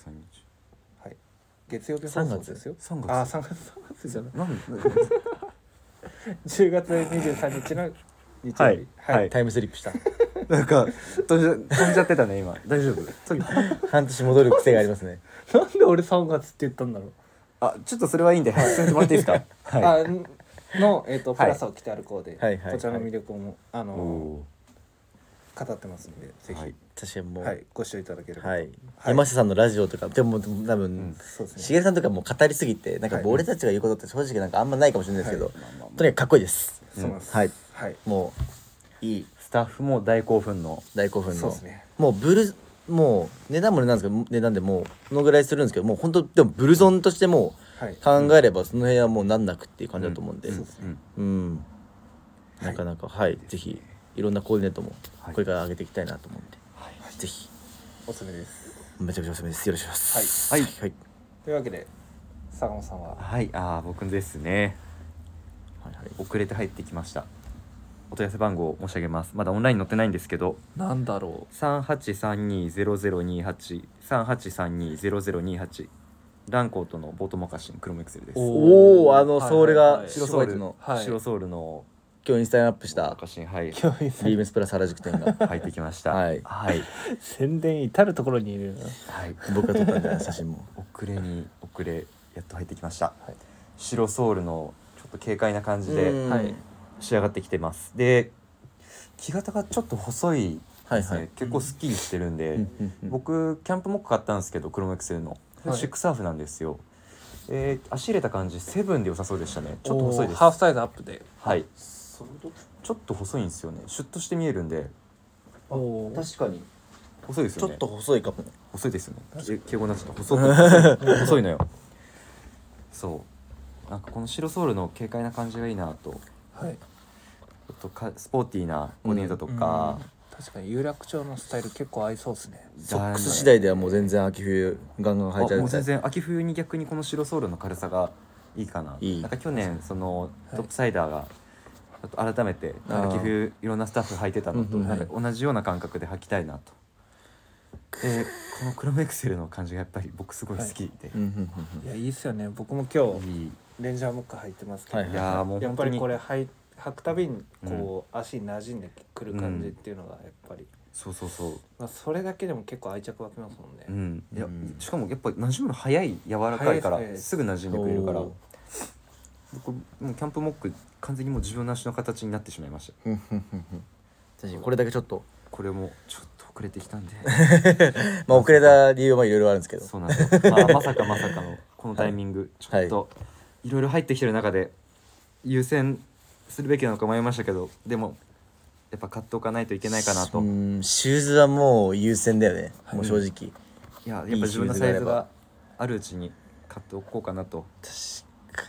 S1: はい月曜日放送ですよ
S3: 3月
S1: あ3月3月じゃない
S3: なん
S1: 10月23日の日曜日
S3: はいはい
S2: タイムスリップした
S3: なんか飛んじゃ飛んじゃってたね今大丈夫次
S2: 半年戻る癖がありますね
S1: なんで俺3月って言ったんだろう
S3: あちょっとそれはいいんで進めてもらっていいです かは
S1: あ
S3: い
S1: んの、えー、とプラスを着て歩こうで、
S2: はいはい
S1: こちらの魅力も、あ
S3: お
S1: の
S3: お
S1: 語ってますのでぜ
S3: ー
S1: ひ、
S3: は
S1: はいい
S2: 確かにもう、
S1: ご視聴いただければ、
S2: はい、
S1: はい
S2: 山下さんのラジオとかでも多分、
S3: ん
S1: そうです
S2: し
S1: ね
S2: げるさんとかもう語りすぎてなんか
S1: はい
S2: 俺たちが言うことって正直なんかあんまないかもしれないですけど、
S3: まあまあまあ
S2: とにかくかっこいいです
S1: そうなんです
S2: はい
S1: はい、
S2: もういい
S3: スタッフも大興奮の
S2: 大興奮
S1: そう
S2: の、
S1: ですね
S2: もうブルもう値段も値なんですけど値段でもうこのぐらいするんですけどもう本当でもブルゾンとしても
S1: はい
S2: 考えればその辺はもうなんなくっていう感じだと思うんで
S1: そうですね
S3: うん
S2: うん、なかなかはい、ぜひいろんなコーディネートも
S3: はい
S2: これから上げていきたいなと思うんで、
S3: はい
S2: ぜひ
S1: おすすめです
S2: めちゃくちゃおすすめですよろしくお願いします
S3: はい
S2: はい、
S1: というわけで坂本さんは
S3: はいああ僕ですね
S2: はいはい
S3: 遅れて入ってきましたお問い合わせ番号を申し上げますまだオンライン載ってないんですけど
S1: なんだろ
S3: 三八三二ゼロゼロ二八三八三二ゼロゼロ二八ランコートのボートモカシンクロムエクセルです
S1: お
S2: おおあの
S1: はいはいはい
S2: ソールが
S1: 白
S2: 白
S3: ソ
S2: ソ
S3: ー
S2: ー
S3: ル
S2: ル
S3: の
S2: の
S1: はい
S3: 白ソールの
S2: 今日インスタにアップし
S3: ボート
S2: た
S3: モカシンはい
S1: 今日
S2: ビームスプラス原宿店が
S3: 入ってきました
S2: はい
S3: はい
S1: 宣伝至る所にいるな
S3: はい
S2: 僕が撮ったんじゃない写真も
S3: 遅れに遅れやっと入ってきました、
S1: はい
S3: 白ソールのちょっと軽快な感じ
S2: うん
S3: で
S1: はい
S3: 仕上がってきてます、で木型がちょっと細い
S2: はい
S3: ですね、
S2: はい
S3: 結構スッキリしてるんで、僕キャンプモック買ったんですけどクロムエクセルの
S1: はい
S3: シックサーフなんですよ、えー足入れた感じセブンで良さそうでしたねちょっと細いです
S1: ハーフサイズアップで
S3: はいちょっと細いんですよねシュッとして見えるんで
S1: おおー
S2: かに
S3: 細いです
S2: ち
S3: よ
S2: ょ
S3: ね
S2: っと細いかも
S3: 細いですよねけ敬語になっちゃった細く細いのよそうなんかこの白ソールの軽快な感じがいいなと
S1: はい
S3: あとかスポーティーなコーディネートとか、
S1: うん確かに有楽町のスタイル結構合いそうですね
S3: じ
S2: ソ
S3: ゃ
S2: ッ
S3: あ
S2: クス次第ではもう全然秋冬ガンガン
S3: あ
S2: 履いちゃう
S3: もう
S2: み
S3: 全
S2: たい
S3: 然秋冬に逆にこの白ソールの軽さがいいかない
S2: い
S3: なんか去年その
S1: い
S3: トップサイダーがちょっと改めて
S2: あー
S3: 秋冬いろんなスタッフ履いてたのと
S2: うんうん
S3: なんか同じような感覚で履きたい なとでこのクロムエクセルの感じがやっぱり僕すごい好きで
S2: うんうん
S1: い
S2: うん
S1: やいいっすよね僕も今日
S3: いい
S1: レンジャームック履いてますけど、
S2: はい
S3: いやーもう
S1: やっ
S3: 本
S1: ぱ
S3: 当
S1: り
S3: に
S1: これ履い履くたびにこう、足に馴染んでくる感じっていうのがやっぱり、
S3: そうそうそう
S1: まあ、それだけでも結構愛着湧きますもんね、
S3: うんいや
S2: うん
S3: しかもやっぱ馴染むの早い柔らかいか
S1: 早い
S3: ら
S1: です
S3: すぐ馴染んでくれるから
S2: おー
S3: 僕もうキャンプモック完全にもう自分の足の形になってしまいました
S2: うんうんうんうん確かにこれだけちょっと
S3: これもちょっと遅れてきたんで
S2: まあ遅れた理由はいろいろあるんですけど
S3: そうなんですよ、 まあ、まさかまさかのこのタイミング、
S2: は
S3: ちょ
S2: い
S3: っといろいろ入ってきてる中で優先するべきなのか迷いましたけどでもやっぱ買っておかないといけないかなと
S2: うーんシューズはもう優先だよね、もう正直
S3: いややっぱ自分のサイズがあるうちに買っておこうかなと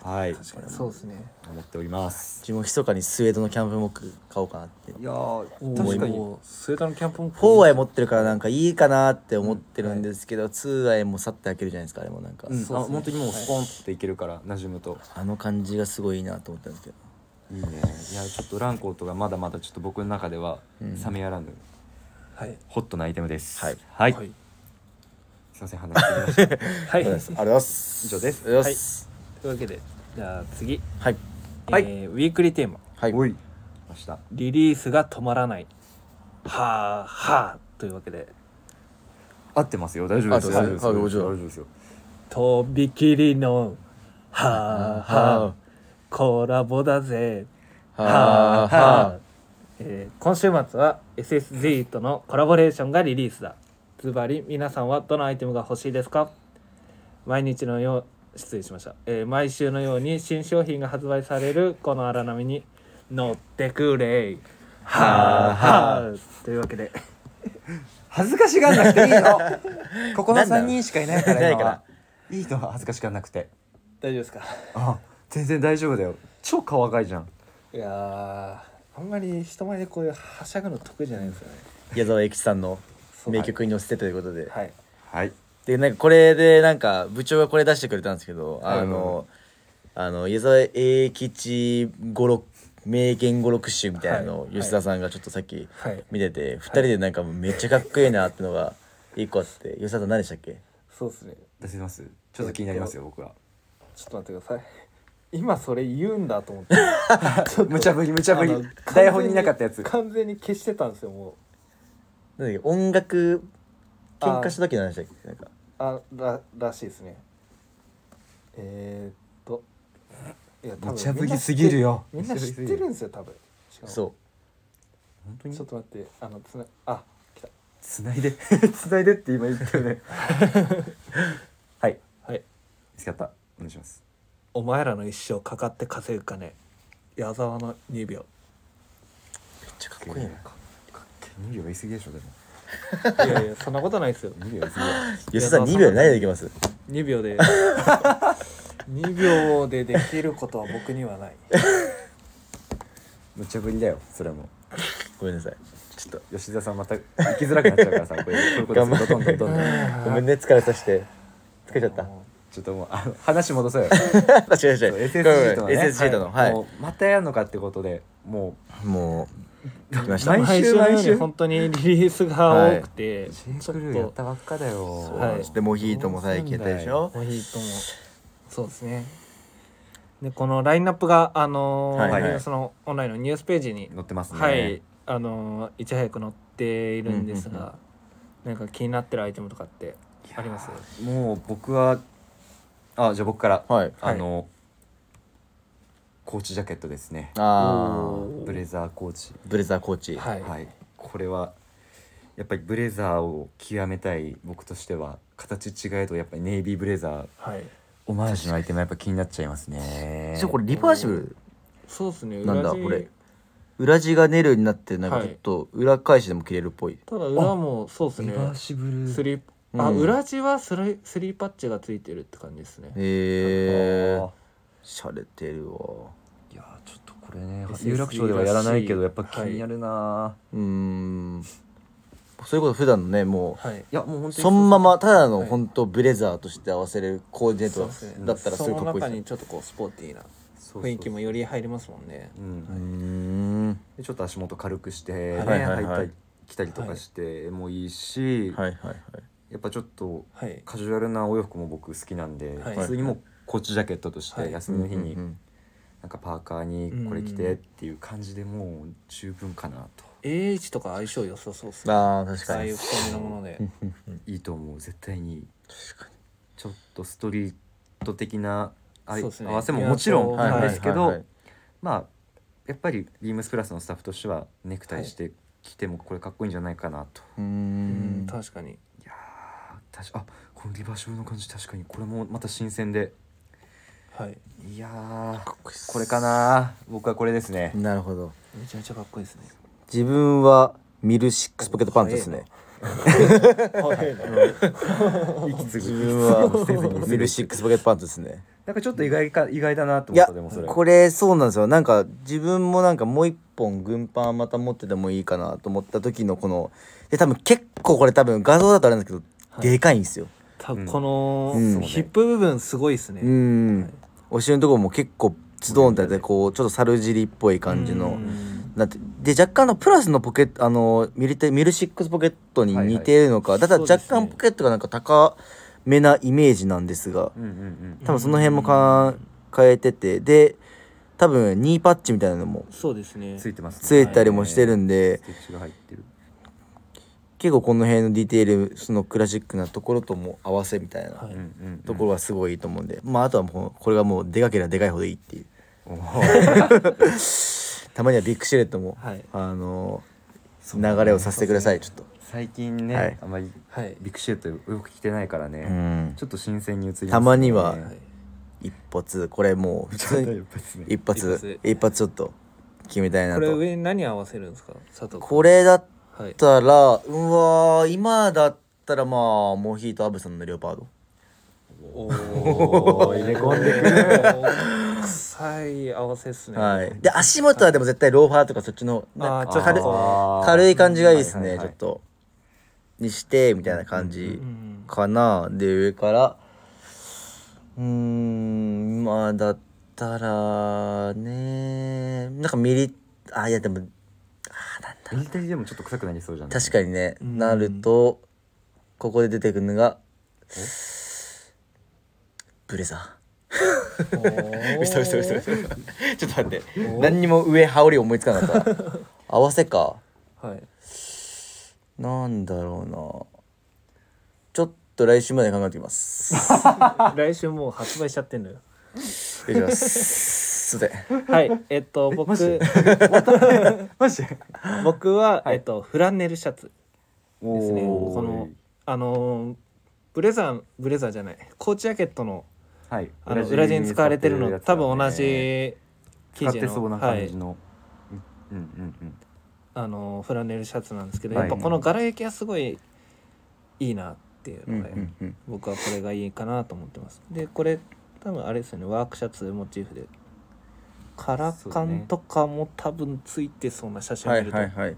S3: はい
S1: そうですね
S3: 思っております
S2: 自分も密かにスウェードのキャンプモック買おうかなって
S3: いやー
S1: お
S3: 確かに
S1: ースウェードのキャンプも
S2: 4アイ持ってるからなんかいいかなって思ってるんですけど、2アイもさって開けるじゃないですかあれもなんか、
S3: うん、
S1: そうっ
S3: あ
S1: すね
S3: 本当にもうスポンっていけるから、馴染むと
S2: あの感じがすごいいいなと思ったんですけど
S3: いいねいやちょっとランコートがまだまだちょっと僕の中では冷めやらぬ、
S1: はい
S3: ホットなアイテムです
S2: はい
S3: はい、
S1: はい
S3: すいません話してみました
S1: はい
S2: ありがとうございますありがとうございます
S3: 以上です
S2: ありがとうございます
S1: というわけでじゃあ次、
S2: はい
S3: はい
S1: えーウィークリーテーマ
S2: はい、
S3: おいました
S1: リリースが止まらないはあはあというわけで
S3: 合ってますよ大丈夫ですよ大
S2: あ
S3: 丈夫ですよ
S2: は
S3: 大
S2: いはい
S3: 丈夫ですよ
S1: とびきりのはあはあ
S2: は
S1: コラボだぜ
S2: あ
S1: はあ
S2: はあ
S1: はあ、えー今週末は SSG とのコラボレーションがリリースだズバリ皆さんはどのアイテムが欲しいですか毎日のよう失礼しました、えー毎週のように新商品が発売されるこの荒波に乗ってくれはあはあというわけで
S3: 恥ずかしがんなくていいのここの
S2: なんだ
S3: 3人しかいないから
S2: ない
S3: 今
S2: から
S3: はいい人は恥ずかしがんなくて
S1: 大丈夫ですか
S3: あ全然大丈夫だよ超顔赤いじゃん
S1: いやーあんまり人前でこういうはしゃぐの得意じゃないんですよね
S2: 矢沢永吉さんの
S1: そう
S2: 名曲に乗せてということで、
S1: はい
S3: はい
S2: でなんかこれでなんか部長がこれ出してくれたんですけど、
S3: はい
S2: あのあの矢沢永吉五六名言五六集みたいなのを
S1: はい
S2: 吉田さんがちょっとさっき
S1: はい
S2: 見てて、二人でなんかめっちゃかっこいいなってのが一個あって吉田さん何でしたっけ
S1: そうですね
S3: 出せますちょっと気になりますよ僕は
S1: ちょっと待ってください今それ言うんだと思 って
S3: 無茶ぶり無茶ぶり
S1: あの完全
S3: 台本になかったやつ
S1: 完全に消してたんですよもう
S2: なんだっけ音楽喧嘩した時の話だっけなんか
S1: あららしいですねえー、っといや多分
S3: 無茶ぶりすぎるよ
S1: みんな知ってみんな知ってるんですよ多分しかも
S2: そ
S3: 本当
S1: ちょっと待ってあのつなあ来た
S3: つないで つないでって今言ったよ ねはい
S1: はい
S3: 見つかったお願いします
S1: お前らの一生かかって稼ぐ金矢沢の2秒
S2: うめっちゃかっこいいな
S3: 2秒言い過ぎでしょでも
S1: いやいやそんなことないですよ
S3: 2秒言い過ぎだよ
S2: 吉田さん2秒で何でできます
S1: 2秒 で2秒でできることは僕にはない
S3: 無茶ぶりだよそれも
S2: ごめんなさいちょっ
S3: 吉田さんまた生きづらくなっちゃうからさこれこういうことするとどんどんどんどん
S2: とごめんね疲れさせて疲れちゃった
S3: ちょっともうあの話戻そうよ
S2: 確かに確かに
S3: SSG とのね
S2: SSG とのはい
S3: もうまたやんのかってことでも
S2: もう来ました
S3: 毎
S1: 毎
S3: 週
S1: 週
S3: 毎
S1: 毎
S3: 週
S1: 週本当にリリースが多くて、
S3: うシ
S1: ちょ
S3: ンク
S1: っ
S3: ルーやっ
S1: と
S3: たばっかだよ
S1: うなんです
S2: でモヒートも最近やったでしょ
S1: モヒートもそうですねでこのラインナップがあのー
S2: はい
S3: はい
S1: そのオンラインのニュースページに、
S3: 載ってますね
S1: はいあのーいち早く載っているんですが、なんか気になってるアイテムとかってあります
S3: もう僕はあじゃあ僕から、
S2: はい
S3: あのコーチジャケットですね
S2: ああ
S3: ブレザーコーチ
S2: ブレザーコーチ
S1: はい、
S3: はい、これはやっぱりブレザーを極めたい僕としては形違えとやっぱりネイビーブレザー
S1: はい
S3: オマージュのアイテムはやっぱ気になっちゃいますね
S2: じゃあこれリバーシブル
S1: そうですね
S2: なんだ
S1: 裏地
S2: これ裏地がネルになってなんかちょっと裏返しでも切れるっぽい、
S1: ただ裏もそうです
S3: リ
S1: ね
S3: バーシブル
S1: スリーあ、
S2: うん
S1: 裏地はスリスリーパッチがついてるって感じですね
S2: へえ
S3: あー
S2: しゃれてるわ
S3: いやーちょっとこれね
S1: SSE
S3: 有楽町ではやらないけどやっぱ
S1: らし
S3: 気
S1: い
S3: になるなー、
S2: うーんそういうこと普段のねもう
S1: はい
S3: い、やもう本当に
S2: そのままただの
S1: はい
S2: 本当ブレザーとして合わせれるコーディネ
S1: そうです
S2: ー
S1: ね
S2: トだったらす
S1: そ
S2: ごい
S1: の
S2: かっこいい
S1: 中
S2: で
S1: にちょっとこうスポーティーな
S3: そうそう
S1: 雰囲気もより入りますもんね
S3: うん
S2: すうーん
S3: でちょっと足元軽くして、ね
S2: はいはいは
S3: 履い
S2: い
S3: たり着たりとかしてもいいし、
S2: はいはいはい
S3: やっぱちょっと
S1: はい
S3: カジュアルなお洋服も僕好きなんで、
S1: はい
S3: 普通にもうコーチジャケットとし
S1: は
S3: て
S1: い
S3: 休みの日に
S2: うんうん
S3: なんかパーカーにこれ着てっていう感じでもう十分かなと
S1: AH とか相性良さそうっす
S2: うん
S1: ね
S2: ああ確
S1: あ
S2: か
S1: あい
S2: に
S1: う太めのもので
S3: いいと思う絶対にちょっとストリート的なあい
S1: そうですね
S3: 合わせももちろん
S1: い
S2: はい
S1: や
S3: な
S1: そ
S3: ん
S1: うん
S3: ですけ
S2: はいは
S3: ど
S2: い
S3: まあやっぱりビームスプラスのスタッフとしてはネクタイして着てもこれかっこいいんじゃないかなと、
S2: うー
S1: うん
S2: ん
S1: 確かに
S3: い、やー確かあこのリバーシブルの感じ確かにこれもまた新鮮で
S1: はい
S3: いやー
S2: こいいっす
S3: これかな僕はこれですね
S2: なるほど
S1: めちゃめちゃかっこいいですね
S2: 自分はミルシックスポケットパンツですね
S3: 息継ぎ
S2: 自分はミルシックスポケットパンツですね
S3: なんかちょっと意外か意外だなと思
S2: い
S3: っ
S2: や
S3: たでもそれ
S2: これそうなんですよなんか自分もなんかもう一本軍パンまた持っててもいいかなと思った時のこので多分結構これ多分画像だとあれなんですけど、でかいんですよ
S1: 多分この
S2: うん
S1: ヒップ部分すごいですね、
S2: うん、お尻のところも結構ズドンってやってこうちょっと猿尻っぽい感じ
S1: う
S2: の
S1: ん
S2: なってで若干のプラスのポケットあのミルテミルシックスポケットに似ているのか、だから
S1: そうで
S2: 若
S1: すね
S2: 干ポケットがなんか高めなイメージなんですが
S3: うんうんうん
S2: 多分その辺もか変えててで多分ニーパッチみたいなのも
S1: そうですね
S3: ついてます
S2: ついたりもしてるんで
S3: ステッチが入ってる
S2: 結構この辺のディテールそのクラシックなところとも合わせみたいな
S1: はい
S3: うんうんうん
S2: ところはすごいいいと思うんで、まああとはもうこれがもうでかければでかいほどいいっていう
S3: おー
S2: たまにはビッグシルエットも、
S1: はい
S2: あの流れをさせてくださいちょっと。
S3: 最近ね、
S2: はい
S3: あまり
S1: はい
S3: ビッグシェイトよく着てないからね、
S2: うん
S3: ちょっと新鮮に映りますね
S2: たまには
S3: はい
S2: 一発これもう普通に 一
S1: 一
S2: 発
S1: 発
S2: 一発ちょっと決めたいな
S1: これ
S2: と
S1: 上に何合わせるんですか佐藤君
S2: これだっ
S1: はい
S2: たらうわー今だったらまあモヒートアブさんのレオパード
S1: おお入れ込んでくる臭い合わせっすね
S2: はいで足元はでも絶対ローファーとかそっちの
S1: あー
S2: なん
S1: ちょ
S2: か
S1: っと
S2: 軽い
S3: あー
S2: 軽い感じがいいです
S3: はい
S2: ね
S3: はい
S2: ちょ
S3: は
S2: っ
S3: い
S2: とにしてみたいな感じ
S1: うん
S2: かなで上からうーんまあだったらねなんかミリあいやでも
S3: ミリタリーでもちょっと臭くなりそうじゃない
S2: 確かにね、
S1: うん
S2: なるとここで出てくるのがブレザ
S1: おー
S2: ー 嘘嘘嘘嘘ちょっと待って何にも上羽織思いつかなかった合わせか
S1: はい
S2: なんだろうなちょっと来週まで考えてきます
S1: 来週もう発売しちゃってんのよ
S2: 失礼しますすいません
S1: はい えっと僕
S3: マジ
S1: 僕は、えっと、フランネルシャツ
S3: お
S1: ですね
S3: ー
S1: このあのーブレザーブレザーじゃないコーチジャケットの
S3: はい
S1: あの裏地に使われてるの
S3: やつだ
S1: 多
S3: ね
S1: 分同じ生
S3: 使っ
S1: 地
S3: てそう
S1: の、
S3: な
S1: は
S3: 感
S1: い
S3: じ、の、うんうんうん
S1: あのフランネルシャツなんですけど、
S3: はい
S1: やっぱこの柄行きはすごいいいなっていうので、
S2: うん
S1: 僕はこれがいいかなと思ってますでこれ多分あれですよねワークシャツモチーフでカラカンとかも多分ついてそうな写真を
S2: は
S1: 見
S2: い
S1: ると
S2: はいはい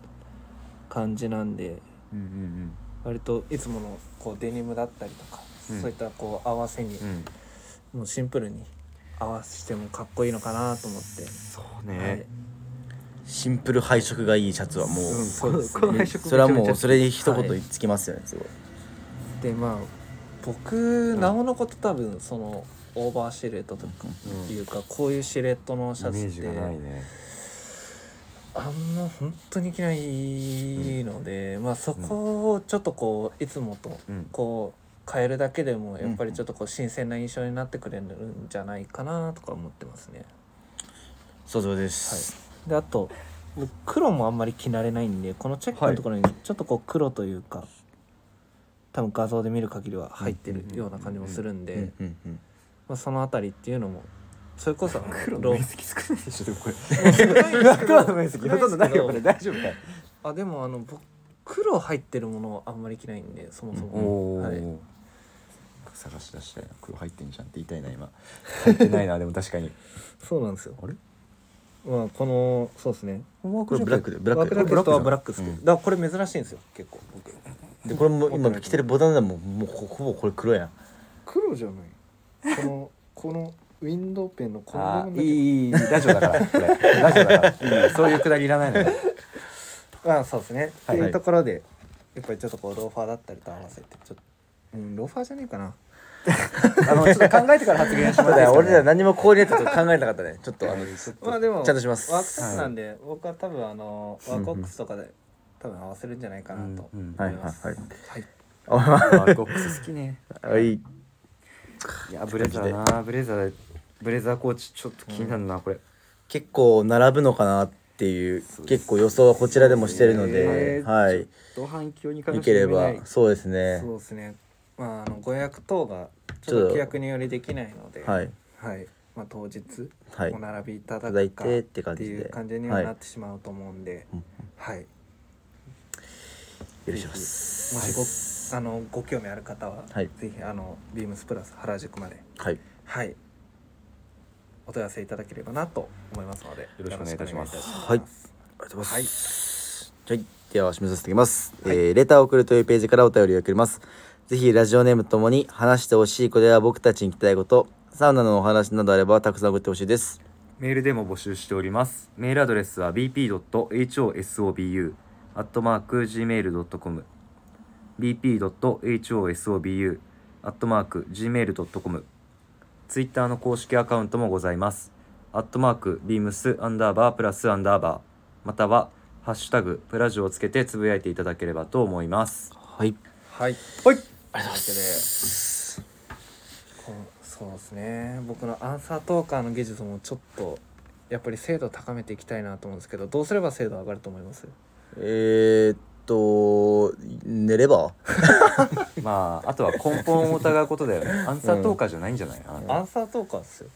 S1: 感じなんで、
S3: うんうん
S1: 割といつものこうデニムだったりとか、
S3: うん
S1: そういったこう合わせに、
S3: うんうん
S1: もうシンプルに合わせてもかっこいいのかなと思って、
S3: そう
S1: は
S3: ね
S1: い、
S2: シンプル配色がいいシャツはもう
S1: うんそうです
S3: この
S1: ね
S3: 配色
S2: それはもうそれに一
S1: は
S2: 言
S1: い
S2: つきますよねすごい
S1: でまあ僕なおのこと多分そのオーバーシルエットとかいうか、こういうシルエットのシ
S3: イメ
S1: ャツ
S3: ー
S1: っ
S3: ジ
S1: て
S3: がないね
S1: あんま本当に着ないので、まあそこをちょっとこういつもと
S3: うん
S1: こう変えるだけでもやっぱりちょっとこう新鮮な印象になってくれるんじゃないかなとか思ってますね。
S2: そうそうです、
S1: であと僕黒もあんまり着慣れないんでこのチェックのところにちょっとこう黒というか、多分画像で見る限りは入ってるような感じもするんで。
S2: うんうんうん
S1: まあ、そのあたりっていうのもそれこそ
S3: 黒の
S1: ロ
S3: 面積少ないでしょでもこれ
S1: 黒
S3: 黒の面積ほとんどないよこれ大丈夫かい
S1: あでもあの僕黒入ってるものをあんまり着ないんでそもそ
S3: お
S1: も、
S3: おー、
S1: はい、
S3: 探し出したいな黒入ってんじゃんって言いたいな今 入ってないなでも確かに
S1: そうなんですよ
S3: あれ
S1: まあこのそうですね
S2: これブラックでブラッ
S1: ワ
S2: ク
S1: ー
S2: で
S1: ク
S2: こ
S1: ラケット
S2: れブラックじゃ
S1: は
S2: ん
S1: ブラックですけど、だからこれ珍しいんですよ結構僕
S2: でこれも今着てるボタンでももうほほぼこれ黒やん
S1: 黒じゃないこのこのウィンドウペンのこ
S3: あ
S1: の部分だ
S3: ー
S1: け
S3: いいいいラジオだからこれラジオだから いいそういうくだりいらないのよ
S1: あそうですね、
S3: はい
S1: っていうところでやっぱりちょっとこうローファーだったりと合わせてちょっと、うん、ローファーじゃねえかな
S3: あのちょっと考えてから発言し
S2: そう
S3: ま
S2: だ
S3: す
S2: よ俺ら何もコーディネートと考えなかったねちょっとあの
S1: まあでも
S2: ちゃんとします
S1: ワークショップなんで、僕は多分あのワークオックスとかで多分合わせるんじゃないかなと
S3: うんうん
S1: 思います。
S2: はい
S1: は。
S2: は い
S3: ゴックス好きね
S2: はい
S3: い やブレザーなブレザーブレザーコーチちょっと気になるなこれ
S2: 結構並ぶのかなっていう結構予想はこちらでもしてるので
S3: えー
S2: はい
S3: 同伴強に
S2: 見ければそうですね
S1: そうですね。まああのご予約等がち
S2: ち
S1: ょ
S2: ょ
S1: っと
S2: っと
S1: 規約によりできないので、
S2: はい
S1: はい。まあ当日
S2: はい
S1: お並びいただ
S2: いただ
S1: く
S2: い
S1: か
S2: てって感
S1: って
S2: じで
S1: いう感じにはなってしまうと思うんで、はい。
S4: ぜひもしご、あのご興味ある方は、
S2: はい
S4: ぜひあのビームスプラス原宿まで
S2: はい
S4: はいお問い合わせいただければなと思いますのでよ
S3: ろしくお願いいたします
S4: ろくお願いい
S2: はいあ
S4: たします
S2: りがとうございます。はい。では、締めさせていただきます。えーレターを送るというページからお便りを送ります。ぜひ、ラジオネームともに話してほしいことや僕たちに聞きたいこと、サウナのお話などあればたくさん送ってほしいです。
S3: メールでも募集しております。メールアドレスは bp.hosobu.gmail.com bp.hosobu.gmail.com ツイッターの公式アカウントもございます。アットマーク、ビームス、アンダーバー、プラス、アンダーバー、または、ハッシュタグ、プラジオをつけてつぶやいていただければと思います。
S2: はい。
S4: はいはいありがとうございますこのそうですね僕のアンサートーカーの技術もちょっとやっぱり精度高めていきたいなと思うんですけどどうすれば精度上がると思います
S2: えー、っと、寝れば
S3: まあ、あとは根本を疑うことだよね。アンサートーカーじゃないんじゃないかな。
S4: アンサートーカーですよ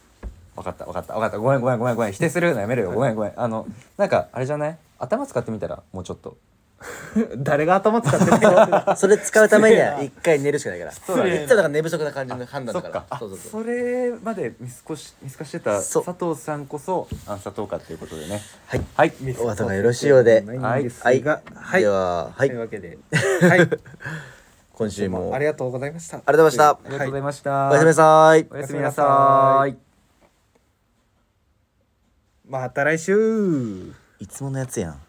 S3: わかったわかったわかったごめんごめんごめんごめん否定するのやめるよごめんごめんあのなんかあれじゃない頭使ってみたらもうちょっと
S4: 誰が頭使ってるか
S2: それ使うためには一回寝るしかないから。
S3: うだね
S2: いつもだから寝不足な感じの判断だから。
S3: あ
S2: そうそうそう。
S3: それまで見過ごし見透かしてた
S2: そう
S3: 佐藤さんこそアンサートーカーっていうことでね
S2: はい。
S3: はい
S2: お後がよろしいようで。
S4: ないんです
S2: はい。
S4: がはい
S2: では、は
S4: と
S2: い
S4: いう。わけではい
S2: 今週も。
S4: あ
S2: あ
S4: り
S2: りが
S4: がとうございました
S2: とうございました。
S3: ありがとうございました、
S2: おやすみなさい
S3: お。やすみなさーい
S4: また来週
S2: いつものやつやん。